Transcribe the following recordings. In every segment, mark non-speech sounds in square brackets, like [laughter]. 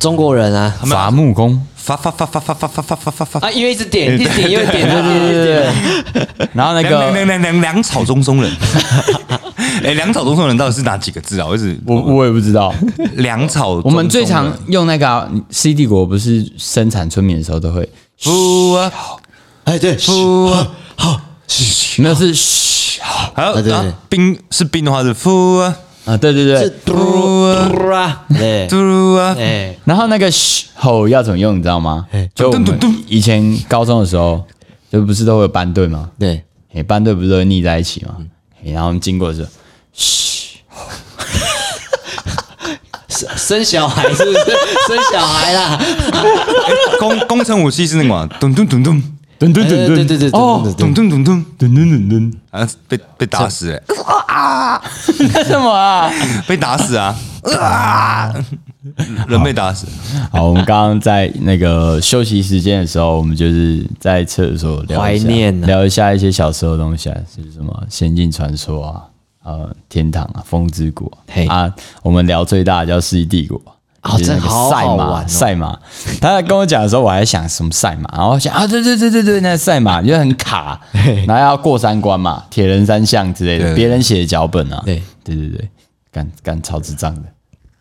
中国人啊伐木工，发发发发发发发发发发发啊，因为一直点，一直点，因为点，哎对对对对，然 [laughs] 后那两个两两两两草中松人，哎，两草中松人到底是哪几个字啊？我一直我我也不知道，两草中松人， [laughs] 我们最常用那个啊 C 帝国不是生产村民的时候都会，不啊，哎对，不啊，没有是嘘啊，还有对对啊冰是冰的话是不啊，对对是对，嘟嘟啊，对，嘟啊，哎，然后那个嘘吼要怎么用，你知道吗？就我咚们咚咚以前高中的时候，就不是都会有班队吗？对，诶，班队不是都会腻在一起吗？诶然后我们经过的时候，嘘，生生小孩是不是？生小孩啦，工工程武器是那个嘛，咚咚咚咚噔噔哎对对对对，哦，对对对咚咚咚咚，噔噔噔噔，啊，被被打死了，那什么啊？被打死啊，啊，人被打死，好，我们刚刚在那个休息时间的时候，我们就是在厕所聊一下怀念啊聊一下一些小时候的东西啊，就是什么《仙境传说》啊，呃，《天堂》啊，《风之谷嘿》啊，啊，我们聊最大的叫《世纪帝国》哦啊就是那个这好赛好马，玩哦赛马。他在跟我讲的时候，我还想什么赛马，然后我想啊，对对对对对，那个赛马就很卡，然后要过三关嘛，铁人三项之类的，对别人写的脚本啊，对对对对，干干超智障的，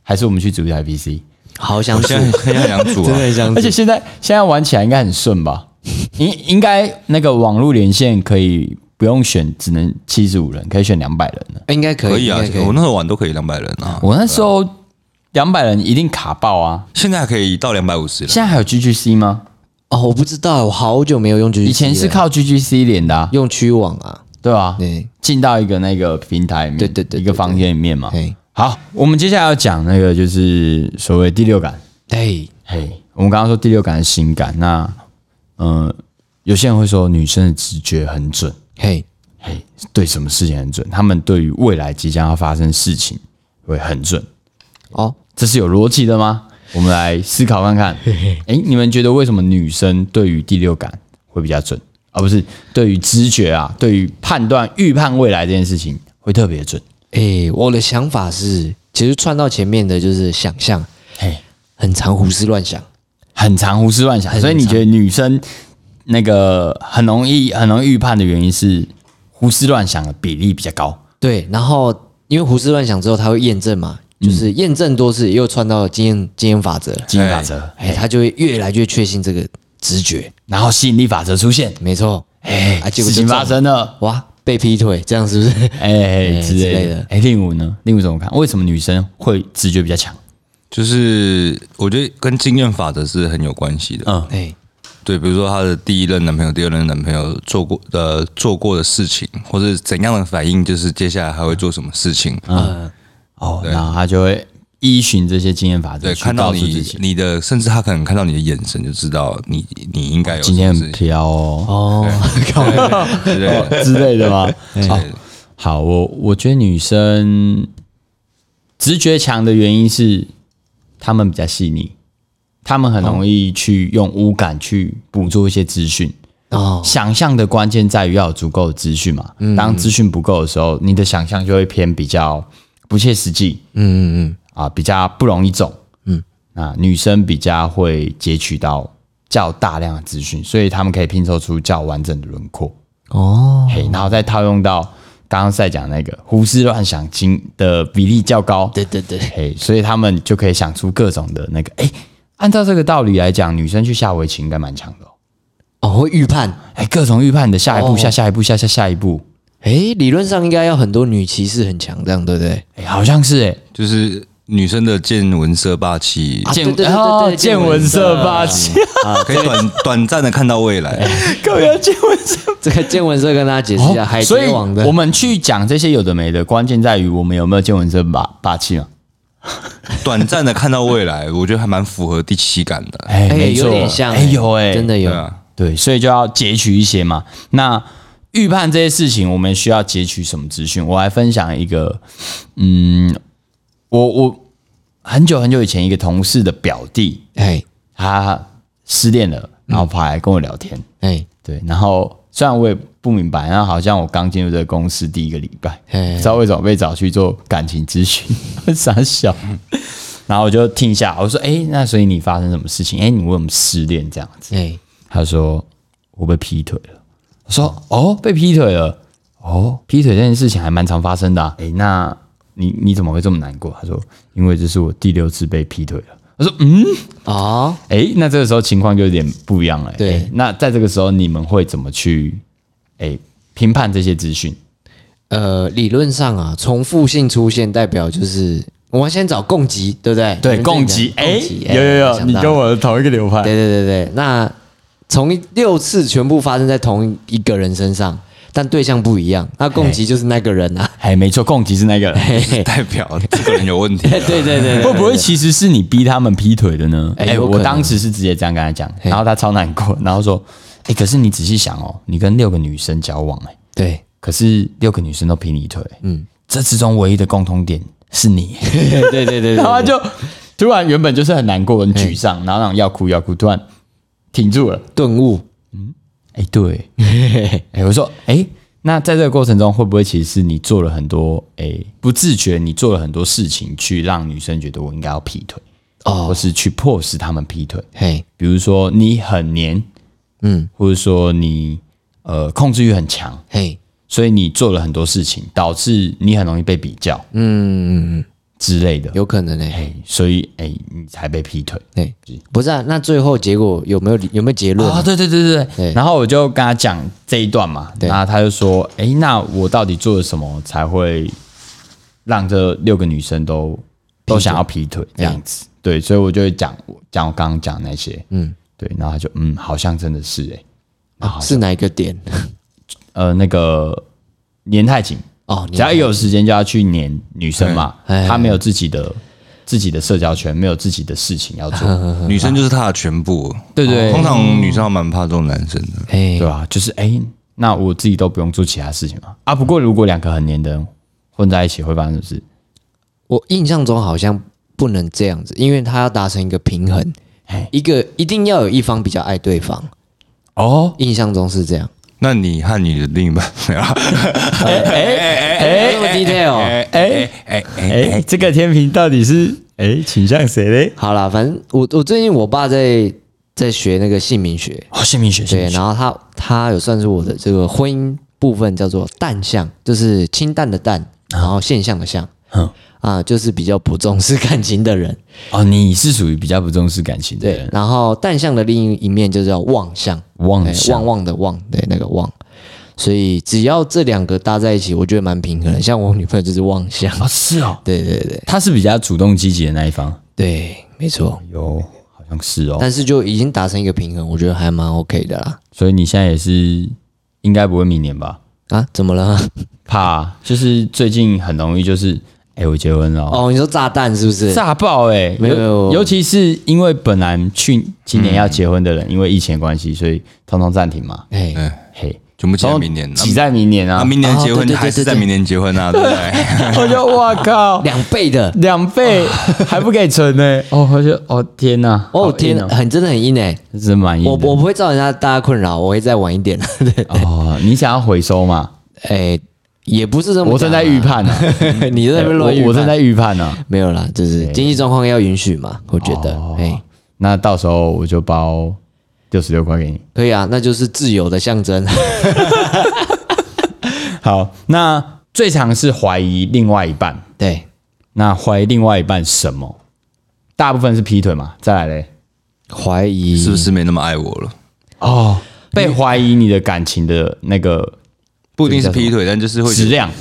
还是我们去组一台 PC。好想我煮，现在很想养猪真啊的，很想煮而且现在现在玩起来应该很顺吧？应应该那个网络连线可以不用选，只能七十五人，可以选两百人了。应该可可以以啊，应该我可以那时候玩都可以两百人啊，我那时候两百人一定卡爆啊！现在还可以到两百五十了，现在还有 GGC 吗？哦，我不知道，我好久没有用 G，以前是靠 GGC 连的、啊，用区网啊，对吧、啊？对进到一个那个平台里面，对对对对一个房间里面嘛嘿。好，我们接下来要讲那个就是所谓第六感。对，嘿，我们刚刚说第六感是心感，那嗯、呃有些人会说女生的直觉很准，嘿，嘿，对什么事情很准，他们对于未来即将要发生事情会很准，哦，这是有逻辑的吗？我们来思考看看。哎，你们觉得为什么女生对于第六感会比较准，而、不是对于直觉啊，对于判断、预判未来这件事情会特别准？诶、哎我的想法是，其实串到前面的就是想象，嘿，很常胡思乱想，很常胡思乱想，所以你觉得女生那个很容易、很容易预判的原因是胡思乱想的比例比较高。对，然后因为胡思乱想之后，他会验证嘛，就是验证多次，又串到经验经验法则，嗯经验法则，哎、他就会越来越确信这个直觉，然后吸引力法则出现，没错，哎、啊，结果事就情中发生了，了，哇，被劈腿，这样是不是？哎、哎之之类类的的。哎、令武呢？令武怎么看？为什么女生会直觉比较强？就是我觉得跟经验法则是很有关系的，嗯，哎、对，比如说她的第一任男朋友、第二任男朋友做过呃做过的事情，或是怎样的反应，就是接下来还会做什么事情。啊哦，然后她就会依循这些经验法则对，去看到告诉自你己，你的，甚至他可能看到你的眼神就知道你你应该有今天什么很事情飘哦哦，靠对不对之类的 [laughs] 吗？好，好，我我觉得女生直觉强的原因是她们比较细腻，她们很容易去用五感去捕捉一些资讯。哦，想象的关键在于要有足够的资讯嘛。当资讯不够的时候，你的想象就会偏比较不切实际，嗯嗯嗯，啊，比较不容易中，嗯，啊，女生比较会截取到较大量的资讯，所以他们可以拼凑出较完整的轮廓，哦，嘿，然后再套用到刚刚在讲那个胡思乱想经的比例较高，对对对，嘿，所以他们就可以想出各种的那个，哎、按照这个道理来讲，女生去下围棋应该蛮强的、哦。哦，会预判，哎，各种预判你的下一步、哦下下一步、下下下一步，哎、理论上应该要很多女骑士很强，这样对不对？哎，好像是哎，就是女生的见闻色霸气，啊对对对对哦对见见闻闻色色霸霸气， [laughs] 可以短短暂的看到未来。 [laughs] 各位见闻色这个见闻社跟大家解释一下，啊海哦所以贼王的我们去讲这些有的没的，关键在于我们有没有见闻色霸霸气嘛？短暂的看到未来，我觉得还蛮符合第七感的。哎，哎、没错有点像、哎，有哎，真的有对。啊，对，所以就要截取一些嘛。那预判这些事情，我们需要截取什么资讯？我来分享一个，嗯，我我很久很久以前一个同事的表弟，哎他失恋了，然后跑来跟我聊天。哎对，然后虽然我也不明白，然后好像我刚进入这个公司第一个礼拜，嘿 [laughs] 不知道为什么被找去做感情咨询，傻笑。然后我就听一下，我说：“哎、那所以你发生什么事情？哎、你为什么失恋这样子哎，？”他说：“我被劈腿了。”我说：“哦，被劈腿了。哦，劈腿这件事情还蛮常发生的、啊。哎、那你你怎么会这么难过？”他说：“因为这是我第六次被劈腿了。”我说：“嗯，哦，哎、那这个时候情况就有点不一样了、对诶那在这个时候你们会怎么去哎、评判这些资讯？呃，理论上啊，重复性出现代表就是我们先找供给，对不对？你对，们供自己给，讲哎、供给，有有哎有，想你到跟了，我的同一个流派，对对对对，那从一六次全部发生在同一个人身上，但对象不一样，那供给就是那个人啊，哎，没错，供给是那个人，嘿嘿，代表这个人有问题。对对对对， [laughs] 会不会其实是你逼他们劈腿的呢？哎哎，有可我能当时是直接这样跟他讲，然后他超难过，然后说，哎，可是你仔细想哦，你跟六个女生交往，哎，对，可是六个女生都劈你腿，嗯，这之中唯一的共同点 [laughs] 是你，对对对对对，然后他就突然原本就是很难过、很沮丧，然后那种要哭要哭，突然停住了。顿悟，哎、 [laughs] 对，哎、我说，哎、那在这个过程中，会不会其实是你做了很多，哎、不自觉你做了很多事情，去让女生觉得我应该要劈腿，哦或是去迫使他们劈腿？嘿，比如说你很黏，嗯，或者说你呃控制欲很强，嘿，所以你做了很多事情，导致你很容易被比较，嗯之类的。有可能哎、哎、所以哎、你才被劈腿。对，不是啊，那最后结果有没有有没有结论、啊、对对对对对。对然后我就跟他讲这一段嘛，对然后他就说：“哎、那我到底做了什么才会让这六个女生都都想要劈腿这样子？”对，所以我就会讲讲我刚刚讲那些，嗯，对。然后他就嗯，好像真的是哎、啊是哪一个点？呃，那个黏太紧，哦，只要一有时间就要去黏女生嘛，嗯哎她没有自己的。自己的社交圈没有自己的事情要做，女生就是她的全部，嗯哦对对通常女生还蛮怕这种男生的，哎对，吧、就是哎、诶那我自己都不用做其他事情嘛。啊，不过如果两个很黏的人混在一起，会发生什么事？我印象中好像不能这样子，因为他要达成一个平衡嘿，一个一定要有一方比较爱对方，哦，印象中是这样。那你和你的另一半 [laughs] 啊没有啦？哎哎哎，这么 detail。哎哎哎，这个天平到底是哎、倾向谁嘞？好啦，反正我我最近我爸在在学那个姓名学，哦，姓名学，姓对，名学，然后他他有算是我的这个婚姻部分叫做淡相，就是清淡的淡，然后现象的象，啊嗯，啊，就是比较不重视感情的人。哦，你是属于比较不重视感情的对人，，然后淡相的另一面就叫妄相，妄对想旺旺的旺，对，那个旺。所以只要这两个搭在一起，我觉得蛮平衡的。像我女朋友就是妄 [laughs] 想，啊，是哦，对对对他是比较主动积极的那一方，对，没错。有，好像是哦，但是就已经达成一个平衡，我觉得还蛮 OK 的啦。所以你现在也是应该不会明年吧？啊，怎么 [laughs] 了？怕就是最近很容易就是，哎、我结婚了哦哦，你说炸弹是不是？炸爆哎、欸！没有没有尤尤其是因为本来去今年要结婚的人，因为疫情的关系，所以通通暂停嘛。哎，嘿，全部挤通在通明年，挤在明年啊，啊！明年哦结婚对对还是对对在对明年结婚啊，对不 [laughs] 对？我就哇 [laughs] 靠，两倍的，两倍还不给存呢、哦，我就哦天哪、哦好天硬哪，很真的很硬哎。真是蛮硬的。我我不会造成大大家困扰，我会再晚一 [laughs] 点。对，哦，你想要回收嘛？哎，也不是这么。我正在预，判 [laughs] 呢、啊， [laughs] 你在那边乱预我判我正在预判呢、啊。没有啦，就是经济状况要允许嘛，我觉得，哦哎，那到时候我就包六十六块给你。可以啊，那就是自由的象征。 [laughs] 好，那最常是怀疑另外一半，对，那怀疑另外一半什么？大部分是劈腿嘛，再来嘞。怀疑是不是没那么爱我了？哦，被怀疑你的感情的那个不一定是劈腿，但就是会觉质得，量，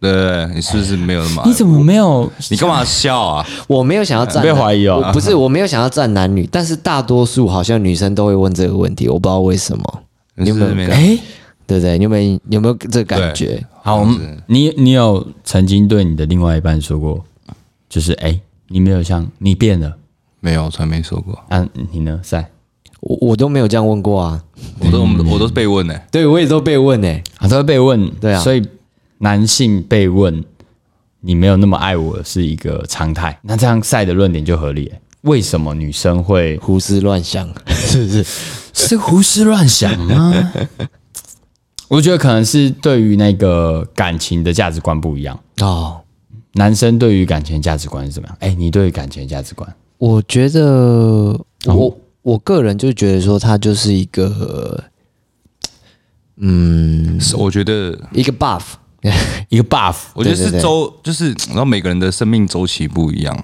对对对，你是不是没有那么爱我？哎你怎么没有？你干嘛笑啊？我没有想要站被怀疑哦我不是我没有想要站男女，但是大多数好像女生都会问这个问题，我不知道为什么，你是不是没那么哎，对不对？你有没有你有没有这个感觉？好，我们嗯你你有曾经对你的另外一半说过，就是哎，你没有像你变了没有，从来没说过。啊？你呢？赛我我都没有这样问过啊，嗯我都我们我都是被问呢，对我也都被问哎、啊，都会被问，对啊所以男性被问你没有那么爱我是一个常态。那这样赛的论点就合理欸。为什么女生会胡思乱想是不是？是胡思乱想 [laughs] 吗？我觉得可能是对于那个感情的价值观不一样。哦，男生对于感情的价值观是怎么样？哎、你对于感情的价值观，我觉得我、我个人就觉得说，他就是一个嗯是我觉得，一个 buff，一个 buff，我觉得对对是对周，就是然后每个人的生命周期不一样。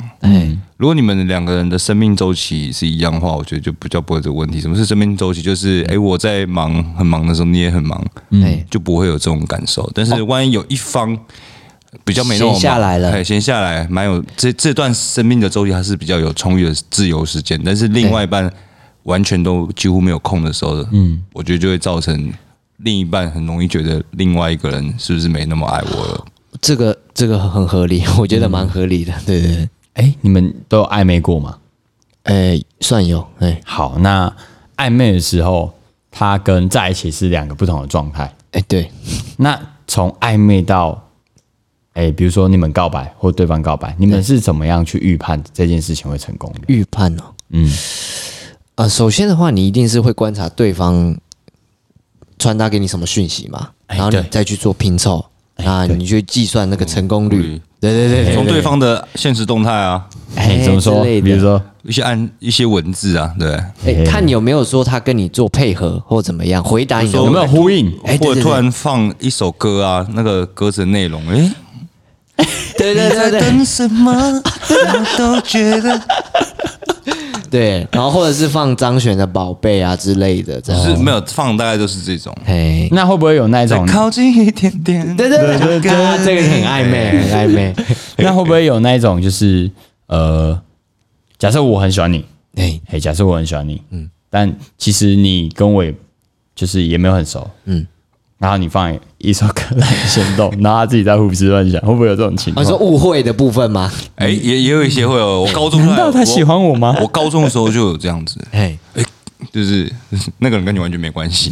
如果你们两个人的生命周期是一样的话，我觉得就比较不会有这个问题。什么是生命周期？就是哎、诶我在忙很忙的时候，你也很忙，哎就不会有这种感受。但是万一有一方比较没那么忙哦闲下来了哎，闲下来蛮有这这段生命的周期，它是比较有充裕的自由时间。但是另外一半完全都几乎没有空的时候，嗯，我觉得就会造成另一半很容易觉得另外一个人是不是没那么爱我了。这个这个很合理，我觉得蛮合理的，嗯对对对，哎、你们都有暧昧过吗？哎，算有，哎好，那暧昧的时候，他跟在一起是两个不同的状态。哎，对，那从暧昧到，哎、比如说你们告白或对方告白，你们是怎么样去预判这件事情会成功的？预判哦，嗯，啊，首先的话，你一定是会观察对方传达给你什么讯息嘛，哎然后你对哎再去做拼凑，啊，你去计算那个成功率哦嗯，对对对对，从对方的现实动态啊，哎、哎怎么说？之类的比如说，一些按一些文字啊，对，哎，看你有没有说他跟你做配合或怎么样，回答你的说有没有呼应？哎对或者对突然放一首歌啊，那个歌词的内容，哎，对对对对等什 [laughs] 么？我都觉得哦对，然后或者是放张悬的《宝贝》啊之类的，这就是样，没有放，大概就是这种。哎，那会不会有那一再种？靠近一点点，对对对对对，呃这个很暧 [laughs] 昧，很哎暧昧，那会不会有那一种？就是呃，假设我很喜欢你，哎，哎、假设我很喜欢你，嗯，但其实你跟我也就是也没有很熟，嗯，然后你放一首歌来先动，然后他自己在胡思乱想，会不会有这种情我况？哦说误会的部分吗？哎，也也有一些会有。我高中难道他喜欢我吗我？？我高中的时候就有这样子，哎，就是 [laughs] 那个人跟你完全没 [laughs] 关系。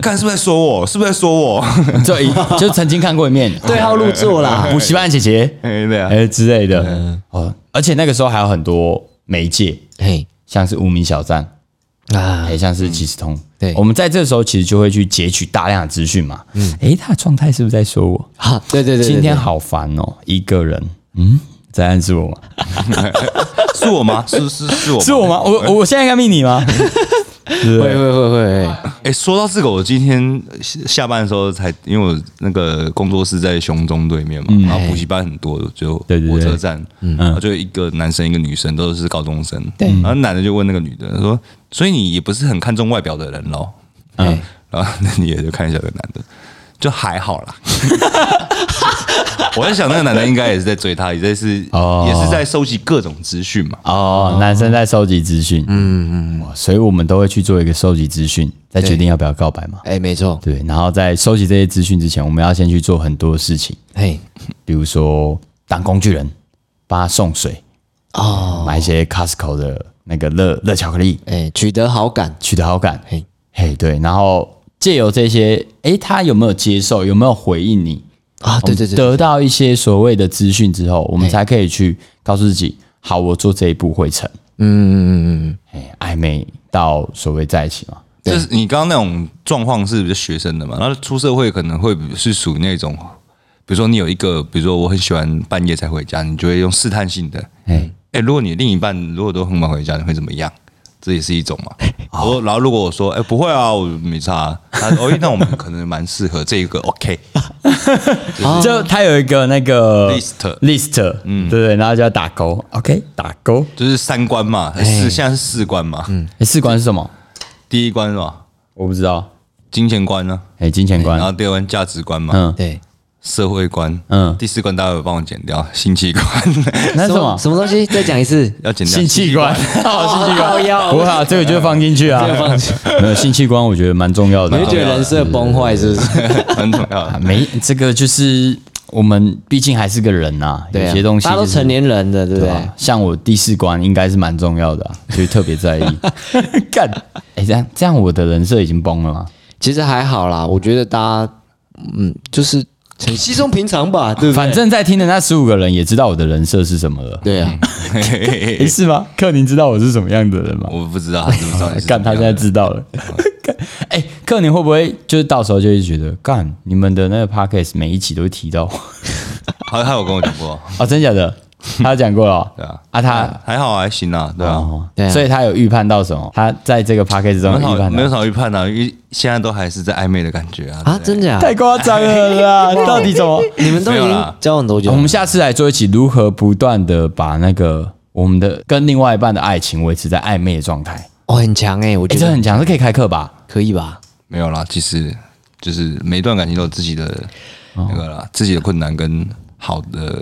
看是不是在说我，是不是在说我？ [laughs] 就一就曾经看过一面， [laughs] 对号入座啦，补习班姐姐， [laughs] 哎，对啊哎、，之类嗯的，哦，而且那个时候还有很多媒介，嘿像是无名小站，啊哎、，像是即时通。对我们在这时候其实就会去截取大量的资讯嘛。嗯，哎、他的状态是不是在说我？好，对对对，对今天好烦哦，一个人。嗯，在暗示我吗？是我吗？是是是我吗？是我吗？我我现在该密 [laughs] 你吗？对不会对会会会会，哎、说到这个，我今天下下班的时候才，因为我那个工作室在雄中对面嘛，然后补习班很多，就嗯对对对嗯火车站，然后就一个男生一个女生都是高中生，对，然后嗯男的就问那个女的说，所以你也不是很看重外表的人咯？嗯，然后那女的就看一下那个男的，就还好啦。 [laughs] 我在想，那个男的应该也是在追她，也在是、哦也是在收集各种资讯嘛。哦，男生在收集资讯，嗯嗯，哇所以我们都会去做一个收集资讯，再决定要不要告白嘛。哎，没错，对，然后在收集这些资讯之前，我们要先去做很多事情，嘿，比如说当工具人，帮他送水，哦，买一些 Costco 的那个热热巧克力，哎，取得好感，取得好感。嘿，嘿，对，然后借由这些，诶，他有没有接受，有没有回应你？啊，对对对，得到一些所谓的资讯之后，我们才可以去告诉自己，好，我做这一步会成。嗯嗯嗯嗯哎，暧昧到所谓在一起嘛，就是你刚刚那种状况是比较学生的嘛，然后出社会可能会是属于那种，比如说你有一个，比如说我很喜欢半夜才回家，你就会用试探性的，哎，哎，如果你另一半如果都很晚回家，你会怎么样？这也是一种嘛。哦我然后如果我说，哎，不会啊，我没差啊，他说，哦，那我们可能蛮适合这一个，OK，啊就他有一个那个 List list，嗯，对对，然后就要打勾，OK，打勾。就是三关嘛，四现在是四关嘛，哎，四关是什么？第一关嘛，我不知道。金钱观呢，哎，金钱然后观，第二关价值观嘛，嗯嗯，，对，社会观，嗯第四关大家有帮我剪掉，性器官。那是什么么？什么东西？再讲一次，要剪掉性器官， [laughs] 哦，性器靠官，腰不好，这个就放进去啊， [laughs] 没有性器官，我觉得蛮重要的你啊。会觉得人设崩坏是不是？很重要啊，。 [laughs] 没这个就是我们毕竟还是个人呐、对有啊些东西、大家都成。年人的，对啊不对啊对吧？？像我第四关应该是蛮重要的、啊，所以特别在 [laughs] 意。干，哎、这样这样我的人设已经崩了吗？其实还好啦，我觉得大家，嗯，就是很稀松平常吧，对不对？反正在听的那十五个人也知道我的人设是什么了。对啊，嘿嘿嘿诶嘿是吗？克宁知道我是什么样的人吗？我不知道，他知不知道你 [laughs] 是哎干，他现在知道了。 [laughs] 干哎、克宁会不会就是到时候就会觉得，干你们的那个 podcast 每一集都会提到我？ [laughs] 他他有跟我讲过，哦，真假 [laughs] 的？他有讲过了哦，对啊，啊他还好还行啊，对啊，哦对啊所以他有预判到什么？他在这个 p a c k a g e 中没有有预少判没有到，少预判啊，因为现在都还是在暧昧的感觉啊啊，对真假？太夸张了 [laughs] 啦！到底怎么？你们都已没有经啦交往多久我？们下次来做一期如何不断的把那个我们的跟另外一半的爱情维持在暧昧的状态。哦，很强哎，我哎、觉这得很强，这可以开课吧？可以吧？没有啦，其实就是每一段感情都有自己的哦那个啦，自己的困难跟好的，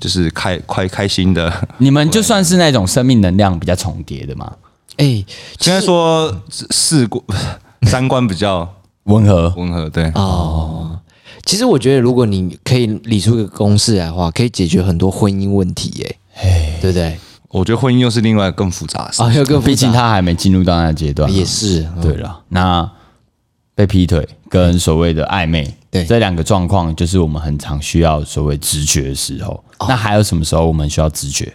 就是开快开心的。你们就算是那种生命能量比较重叠的嘛，哎，应该说四观 [laughs] 三观比较温和。温和，对，哦哦其实我觉得，如果你可以理出一个公式来的话，可以解决很多婚姻问题耶，对不对？我觉得婚姻又是另外更复杂的事。啊，有个毕竟他还没进入到那个阶段嘛，啊也是，嗯对了，那被劈腿跟所谓的暧昧，对这两个状况，就是我们很常需要所谓直觉的时候。哦那还有什么时候我们需要直觉？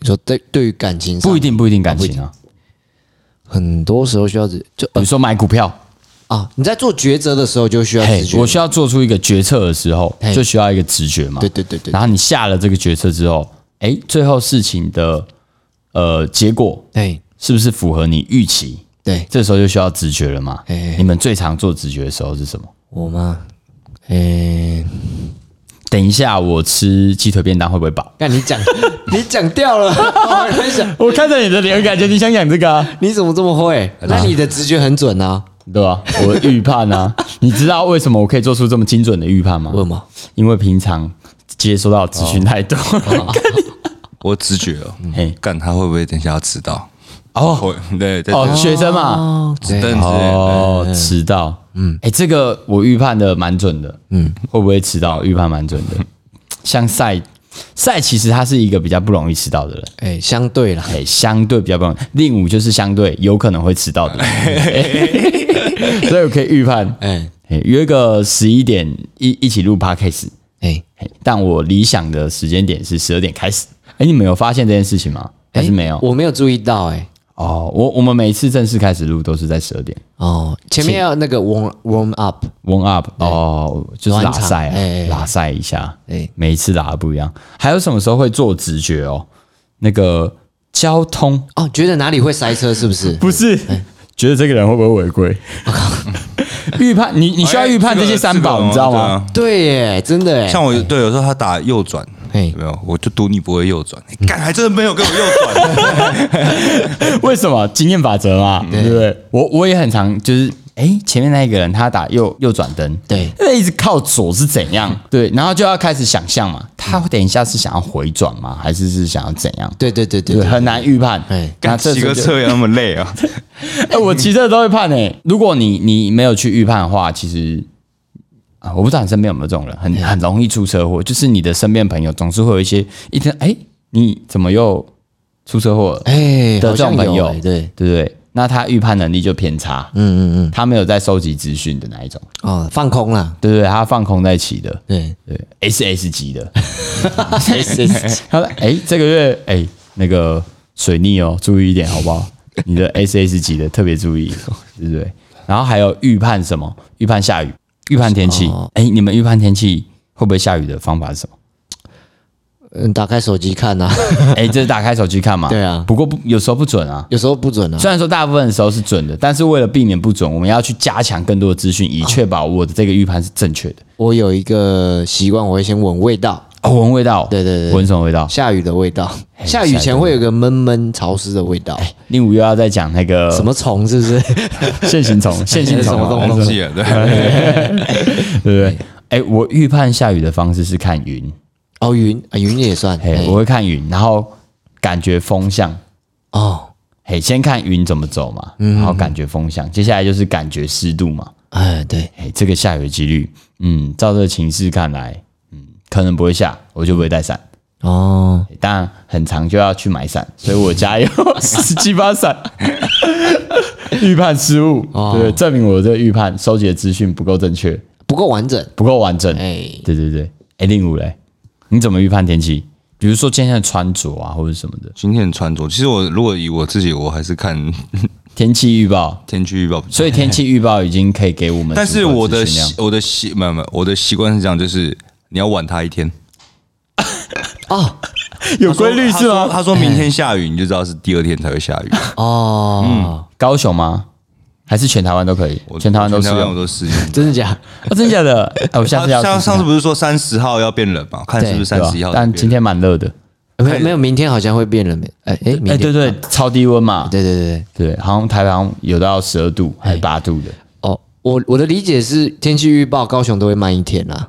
你说对对于感情上不一，定，不一定感情哦啊。很多时候需要直就比如说买股票，啊，你在做抉择的时候就需要嘿直，觉，我需要做出一个决策的时候嘿，就需要一个直觉嘛。对对对对然，后你下了这个决策之后，哎，最后事情的呃结果哎是不是符合你预期？对，这时候就需要直觉了嘛嘿嘿。嘿你们最常做直觉的时候是什么？我吗？哎，等一下我吃鸡腿便当会不会饱？看你讲， [laughs] 你讲掉了，我在想哦我看着你的脸，感觉你想讲这个、啊，你怎么这么会？那你的直觉很准啊？对吧、我的预判 [laughs] 啊，你知道为什么我可以做出这么精准的预判吗为？什么？因为平常接收到的资讯太多了。我直觉哦， [laughs] 嘿，干他会不会等一下要迟到？哦会，对，对哦，学生嘛，哦，等对，之类的哦，迟到，嗯，哎，这个我预判的蛮准的，嗯，会不会迟到？预判蛮准的。像赛赛，其实他是一个比较不容易迟到的人，哎，相对啦，哎，相对比较不容易。令武就是相对有可能会迟到的 [laughs] 人，嘿所以我可以预判，哎嘿约个十一点一一起录 podcast，哎，嘿但我理想的时间点是十二点开始。哎，你们有发现这件事情吗？还是哎没有？我没有注意到哎。哦，我我们每次正式开始录都是在十二点哦，前面要那个 warm warm up， warm up，哦，就是拉暖场塞哎哎啊，拉塞一下哎，每一次拉的不一样。还有什么时候会做直觉哦？那个交通哦，觉得哪里会塞车是不是？不是，觉得这个人会不会违规？ [laughs] 预判你你需要预判这些三宝，哦你知道？哎个吗？对耶，真的对啊耶。像我对，有时候他打右转，嘿有没有？我就赌你不会右转，嗯你干还真的没有给我右 [laughs] 转，为什么经验法则嘛，嗯对不对？我我也很常就是，哎，前面那一个人他打右右转灯，对那一直靠左是怎 [laughs] 样？对，然后就要开始想象嘛，他等一下是想要回转吗？还是是想要怎样？对对对对对，对，很难预判。哎那干这骑时候个就，车也那么累 [laughs] 啊！哎，我骑车都会判哎。如果你你没有去预判的话，其实啊，我不知道你身边有没有这种人，很很容易出车祸。就是你的身边朋友总是会有一些一天，哎，你怎么又出车祸了？哎，的好这种像朋有友哎，，对，对不对？那他预判能力就偏差，嗯嗯嗯，他没有在收集资讯的那一种，哦，放空啦，对不对？他放空在骑的，对，对，S S 级 [laughs] 的，S S，他 [laughs] 说，哎，这个月哎那个水逆哦，注意一点好不好？你的 S S 级的特别注意，对不对？然后还有预判什么？预判下雨，预判天气。哦哎，你们预判天气会不会下雨的方法是什么？嗯，打开手机看 [laughs] 呐，哎，这是打开手机看嘛？对啊不过不有时候不准啊，有时候不准啊。虽然说大部分的时候是准的，但是为了避免不准，我们要去加强更多的资讯，以确啊保我的这个预判是正确的。我有一个习惯，我会先闻味道，哦，闻味道，对对对闻什么味道？下雨的味道，下雨前会有个闷闷潮湿的味道，令武又要再讲那个什么虫是不 [laughs] 是？线形虫，线形什虫么啊，东忘记了，对，对不对？哎，我预判下雨的方式是看云，哦，云啊，云也算，嘿，哎我会看云，然后感觉风向，哦，嘿，先看云怎么走嘛，嗯然后感觉风向，接下来就是感觉湿度嘛，哎，对，哎，这个下雨的几率，嗯，照这个情势看来，嗯，可能不会下，我就不会带伞。哦，当然很长就要去买伞，所以我 [laughs] 家有十七把伞。 [laughs] 预判失误，哦对，证明我这个预判收集的资讯不够正确，不够完整，不够完整。哎，对对对，哎，令武嘞，你怎么预判天气？比如说今天的穿着啊，或者什么的今天的穿着，其实我如果以我自己，我还是看天气预报，天气预报比较所以天气预报已经可以给我们足够资讯量，但是我的习我的习没有没有，我的习惯是这样，就是你要晚他一天，哦 [laughs] 有他说规律他是说吗？哎他说明天下雨，你就知道是第二天才会下雨。哦，高雄吗？还是全台湾都可以？我全台湾都是啊全台湾用我。都适用。真的假？哦真的假的？哎，我下他次要像试试啊上看次不是说三十号要变冷嘛？看是对不是三吧十一号就变冷？但今天蛮热的。没有没有，明天好像会变冷。哎哎，明哎，天对对，超低温嘛，对对对对，对，好像台湾有到十二度还是八度的。哦，我我的理解是天气预报高雄都会慢一天啦，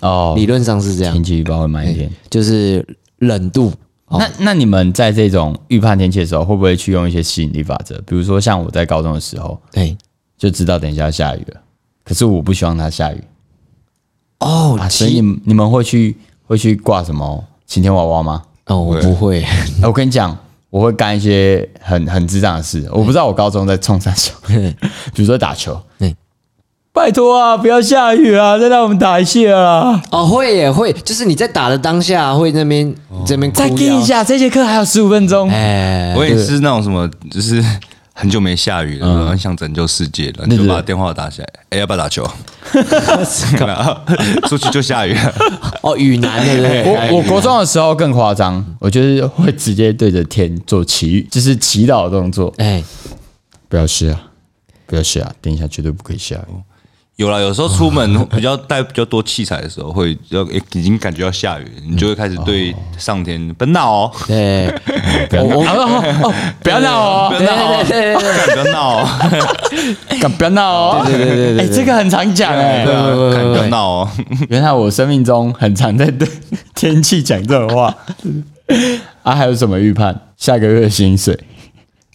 哦，理论上是这样天，气预报会慢一点。就是冷度。哦，那那你们在这种预判天气的时候，会不会去用一些吸引力法则？比如说像我在高中的时候哎就知道等一下要下雨了，可是我不希望它下雨，哦啊、，所以你其们你们会去会去挂什么晴天娃娃吗？哦，我不 [laughs] 会，哎我跟你讲，我会干一些很很智障的事。我不知道我高中在冲啥球，比如说打球嗯，拜托啊，不要下雨啊，再让我们打一下啊，哦，会耶，会，就是你在打的当下会那边哦这边哭再给一腰，下，这节课还有十五分钟。哎，我也是那种什么，就是 [laughs] 很久没下雨了，然后想拯救世界了，嗯对就对把电话打起来，哎，要不要 [laughs] 打球？ [laughs] 然后 [laughs] 出去就下雨 [laughs] 了，哦，雨男对不对？ [laughs] 我我国中的时候更夸张，我就是会直接对着天做祈，就是祈祷的动作，哎，不要下，不要下，等一下绝对不可以啊下雨。有了，有时候出门比较带比较多器材的时候，会要诶已经感觉要下雨了，你就会开始嗯对哦上天别 [laughs] 闹哦，对，不要闹哦哦哦不要闹不要哦，闹哦，对干不要闹哦，干不要闹哦，对对对对，哎，这个很常讲哎对。啊对对对干对不要闹哦，原来我生命中很常在对天气讲这种话。 [laughs] 啊，还有什么预判？下个月的薪水？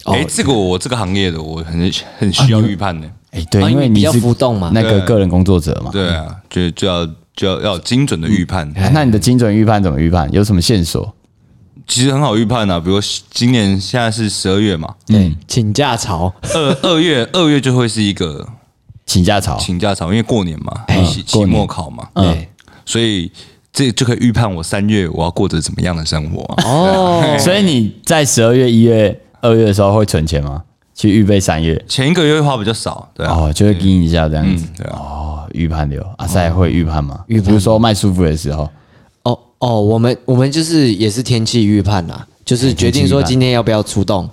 哦哎，这个我这个行业的我很很需要预判的，哎，对，啊因为因为比你较是浮动嘛那个个人工作者嘛。对啊，就就要就要要有精准的预判，啊那你的精准预判怎么预判？有什么线索？其实很好预判啊，比如今年现在是十二月嘛，嗯对，请假潮，二二月二月就会是一个请假潮。请假潮，因为过年嘛，期期嗯过年末考嘛，嗯对，所以这就可以预判我三月我要过着怎么样的生活、啊。哦，所以你在十二月、一月、二月的时候会存钱吗？去预备三月？前一个月花比较少，对啊，哦，就会盯一下这样子嗯。对啊哦，预判流，阿塞会预判吗？预判比如说卖舒服的时候， [laughs] 哦哦，我们我们就是也是天气预判啦，哎就是决定说今天要不要出动，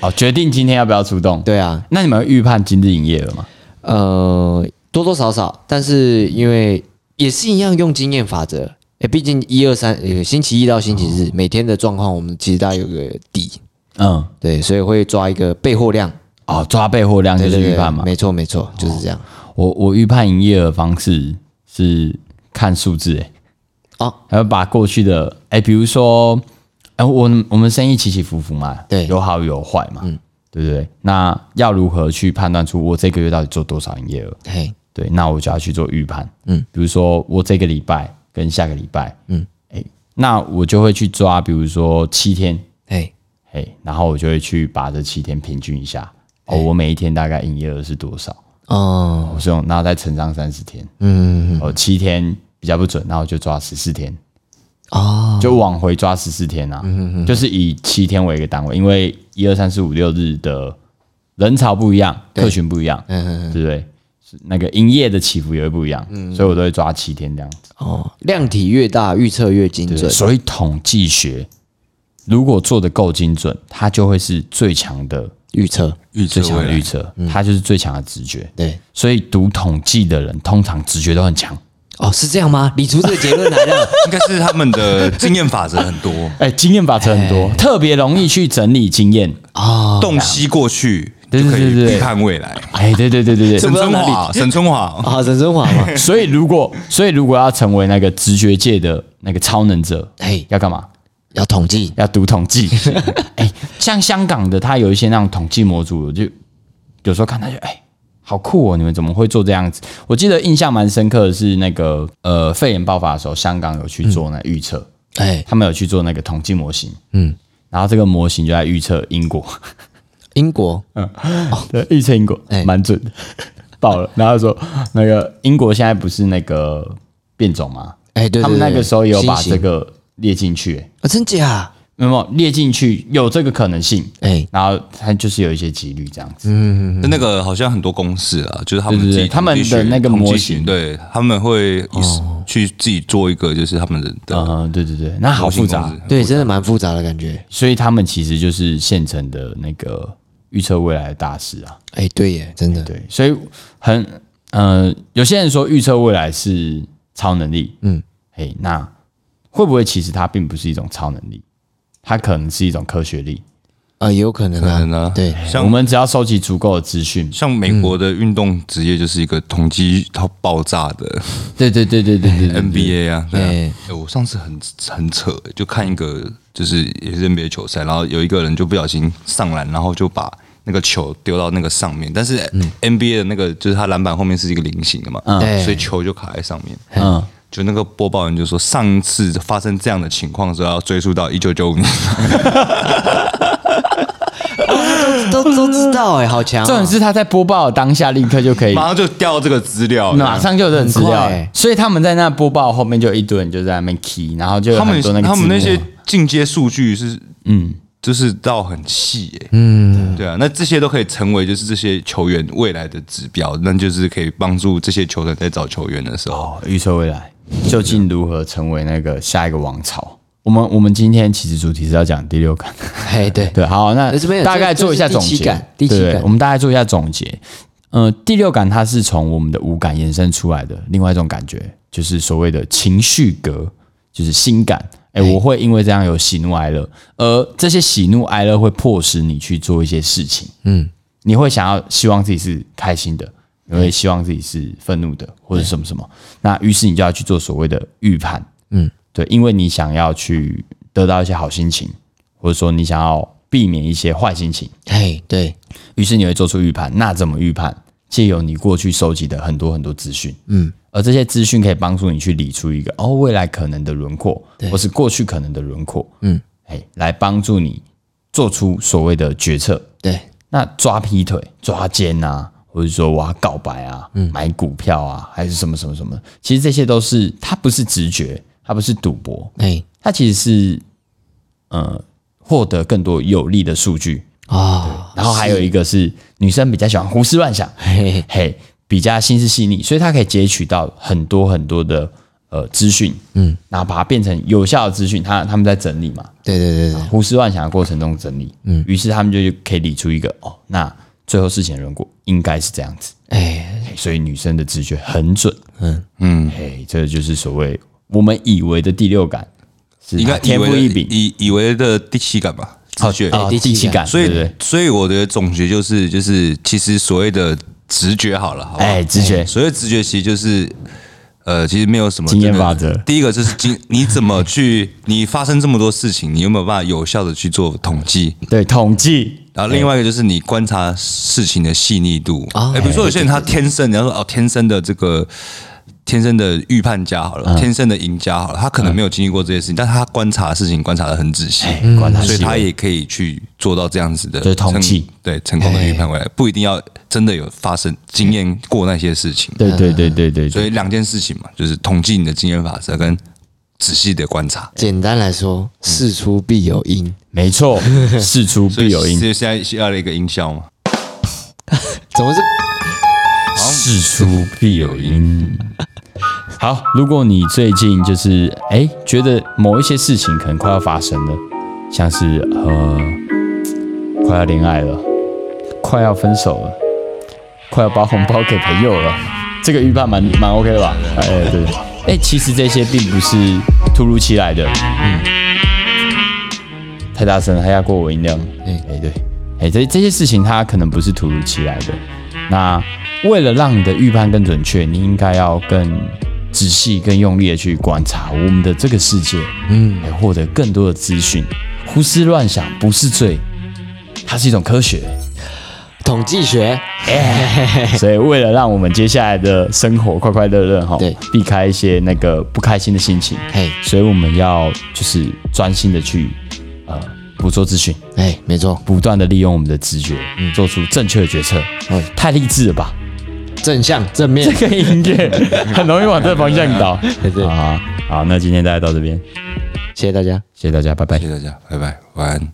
哦，决定今天要不要出动。，对啊，那你们有预判今日营业额吗？呃，多多少少，但是因为也是一样用经验法则，哎，毕竟一二三，呃，星期一到星期日每天的状况，我们其实大概有个底，嗯，对，所以会抓一个备货量，哦，抓备货 [laughs] 量就对是对预对判，嘛。没错没错，就是这样。我我预判营业额方式是看数字，哎，哦，还要把过去的，哎，比如说，哎，我我们生意起起伏伏嘛，对嗯有好有坏嘛，对不对？那要如何去判断出我这个月到底做多少营业额？嘿，对，那我就要去做预判，嗯，比如说我这个礼拜跟下个礼拜，嗯，哎，那我就会去抓，比如说七天，嘿，哎，然后我就会去把这七天平均一下，哦，我每一天大概营业额是多少？哦，我是用，然后再乘上三十天，嗯，哦，七天比较不准，然后就抓十四天，哦，就往回抓十四天啊，嗯就是以七天为一个单位，因为一二三四五六日的人潮不一样，客群不一样，嗯对不对？是那个营业的起伏也会不一样，嗯所以我都会抓七天这样子。哦，量体越大，预测越精对，准。所以统计学如果做的够精准，它就会是最强的、预测，预测最强未的来嗯预测，它就是最强的直觉。对，所以读统计的人，通常直觉都很强。哦，是这样吗？理出这个结论来 [laughs] 了，应该是他们的经验法则很多，哎、经验法则很多，哎特别容易去整理经验。洞悉过去哦对就可对对以对预判未来。哎，对对对对沈对。春华，沈春 [laughs] 华，啊，沈春华嘛， [laughs] 所以如果所以如果要成为那个直觉界的那个超能者，嘿，要干嘛？要统计，要读统计。哎、像香港的，他有一些那种统计模组，我就有时候看他就哎、好酷哦！你们怎么会做这样子？我记得印象蛮深刻的是那个呃肺炎爆发的时候，香港有去做那预测，哎，他们有去做那个统计模型，嗯，然后这个模型就在预测英国。英国，嗯对， [laughs] 预测英国哎蛮准的，爆了。然后说那个英国现在不是那个变种吗？哎，对，对他们那个时候也有把新这型个列进去、啊，真假？那么列进去有这个可能性，哎，然后它就是有一些几率这样子。但那个好像很多公式啊，就是他们对自嗯对对己他们统计学的那个统计模学型哦对他们会以去自己做一个，就是他们的的嗯，对对对，那好复杂。对，真的蛮复杂的感觉。所以他们其实就是现成的那个预测未来的大师啊。哎，对耶，真的。对，所以很呃，有些人说预测未来是超能力，嗯，哎，那会不会其实它并不是一种超能力，它可能是一种科学力？啊，有可能啊，可能啊对，像我们只要收集足够的资讯，像美国的运动职业就是一个统计到爆炸的对对对对对对嗯对 NBA 啊。对啊哎哎，我上次很很扯，就看一个就是也是 NBA 球赛，然后有一个人就不小心上篮，然后就把那个球丢到那个上面，但是 NBA 的那个就是他篮板后面是一个菱形的嘛，嗯对所以球就卡在上面。嗯，就那个播报员就说，上一次发生这样的情况的时候，要追溯到一九九五年。 [laughs] 都都知道哎，好强哦。重点是他在播报的当下立刻就可以。马上就调这个资料，马上就有这个资料很快欸，所以他们在那播报后面就有一堆人就在那边 key，然后就有他很多那们个他们字那幕些进阶数据是嗯，就是到很细耶、嗯，对啊，那这些都可以成为就是这些球员未来的指标，那就是可以帮助这些球员在找球员的时候，哦，预测未来究竟如何成为那个下一个王朝？我们我们今天其实主题是要讲第六感，哎，对，对，好，那那这边有大概做一下总这是第七结感，第七对感我们大概做一下总结。呃，第六感它是从我们的五感延伸出来的，另外一种感觉就是所谓的情绪格，就是心感。哎、我会因为这样有喜怒哀乐，而这些喜怒哀乐会迫使你去做一些事情。嗯，你会想要希望自己是开心的，你哎会希望自己是愤怒的，或者什么什么。那于是你就要去做所谓的预判。嗯，对，因为你想要去得到一些好心情，或者说你想要避免一些坏心情，哎，对，于是你会做出预判。那怎么预判？借由你过去收集的很多很多资讯，嗯，而这些资讯可以帮助你去理出一个哦未来可能的轮廓，或是过去可能的轮廓，嗯，哎，来帮助你做出所谓的决策。对，那抓劈腿、抓奸啊，或者说我要告白啊，买股票啊，还是什么什么什么，其实这些都是它不是直觉，它不是赌博，哎，它其实是呃获得更多有利的数据，啊，然后还有一个是女生比较喜欢胡思乱想，嘿，嘿，比较心思细腻，所以她可以截取到很多很多的呃资讯，嗯，然后把它变成有效的资讯，他他们在整理嘛，对对对对，胡思乱想的过程中整理，嗯，于是他们就可以理出一个哦，那最后事情的轮廓应该是这样子，哎，嘿所以女生的直觉很准，嗯嗯，嘿，这就是所谓我们以为的第六感，是应该它啊天赋异禀，以以为的第七感吧，直觉。啊，第七第七感，所对不以对，所以我的总结就是，就是其实所谓的直觉好了，好不好哎，直觉，所谓直觉其实就是，呃，其实没有什么经验真的法则第一个就是经，你怎么去，你发生这么多事情，你有没有办法有效的去做统计？对，统计。然后另外一个就是你观察事情的细腻度哦哎，比如说有些人他天生，你要说哦，天生的这个。天生的预判家好嗯了，天生的赢家好了，他可能没有经历过这些事情，但他观察事情观察的很仔细，嗯观察所以细微他也可以去做到这样子的就是统成计，哎对成功的预判未来，不一定要真的有发生经验过那些事情。对对对对对所对，以两件事情嘛，就是统计你的经验法则跟仔细的观察。简单来说，事出必有因，没错，事出必有因，所以现在需要了一个音效嘛？怎么是？事出必有因。好，如果你最近就是哎、觉得某一些事情可能快要发生了，像是呃，快要恋爱了，快要分手了，快要包红包给朋友了，这个预判蛮蛮 OK 的吧？哎、对，哎、其实这些并不是突如其来的，嗯，太大声了，还压过我音量，哎、对，哎、这这些事情它可能不是突如其来的，那为了让你的预判更准确，你应该要更仔细、更用力的去观察我们的这个世界，嗯，来获得更多的资讯。胡思乱想不是罪，它是一种科学。统计学，所以为了让我们接下来的生活快快乐乐哈，对避开一些那个不开心的心情，嘿，所以我们要就是专心的去呃捕捉资讯，哎，没错，不断的利用我们的直觉，做出正确的决策。嗯太励志了吧！ [laughs] 正向正面，这个音乐很容易往这个方向倒。 [laughs] 啊对好好，好那今天大家到这边。谢谢大家。谢谢大家，拜拜谢。谢大家，拜拜，晚安。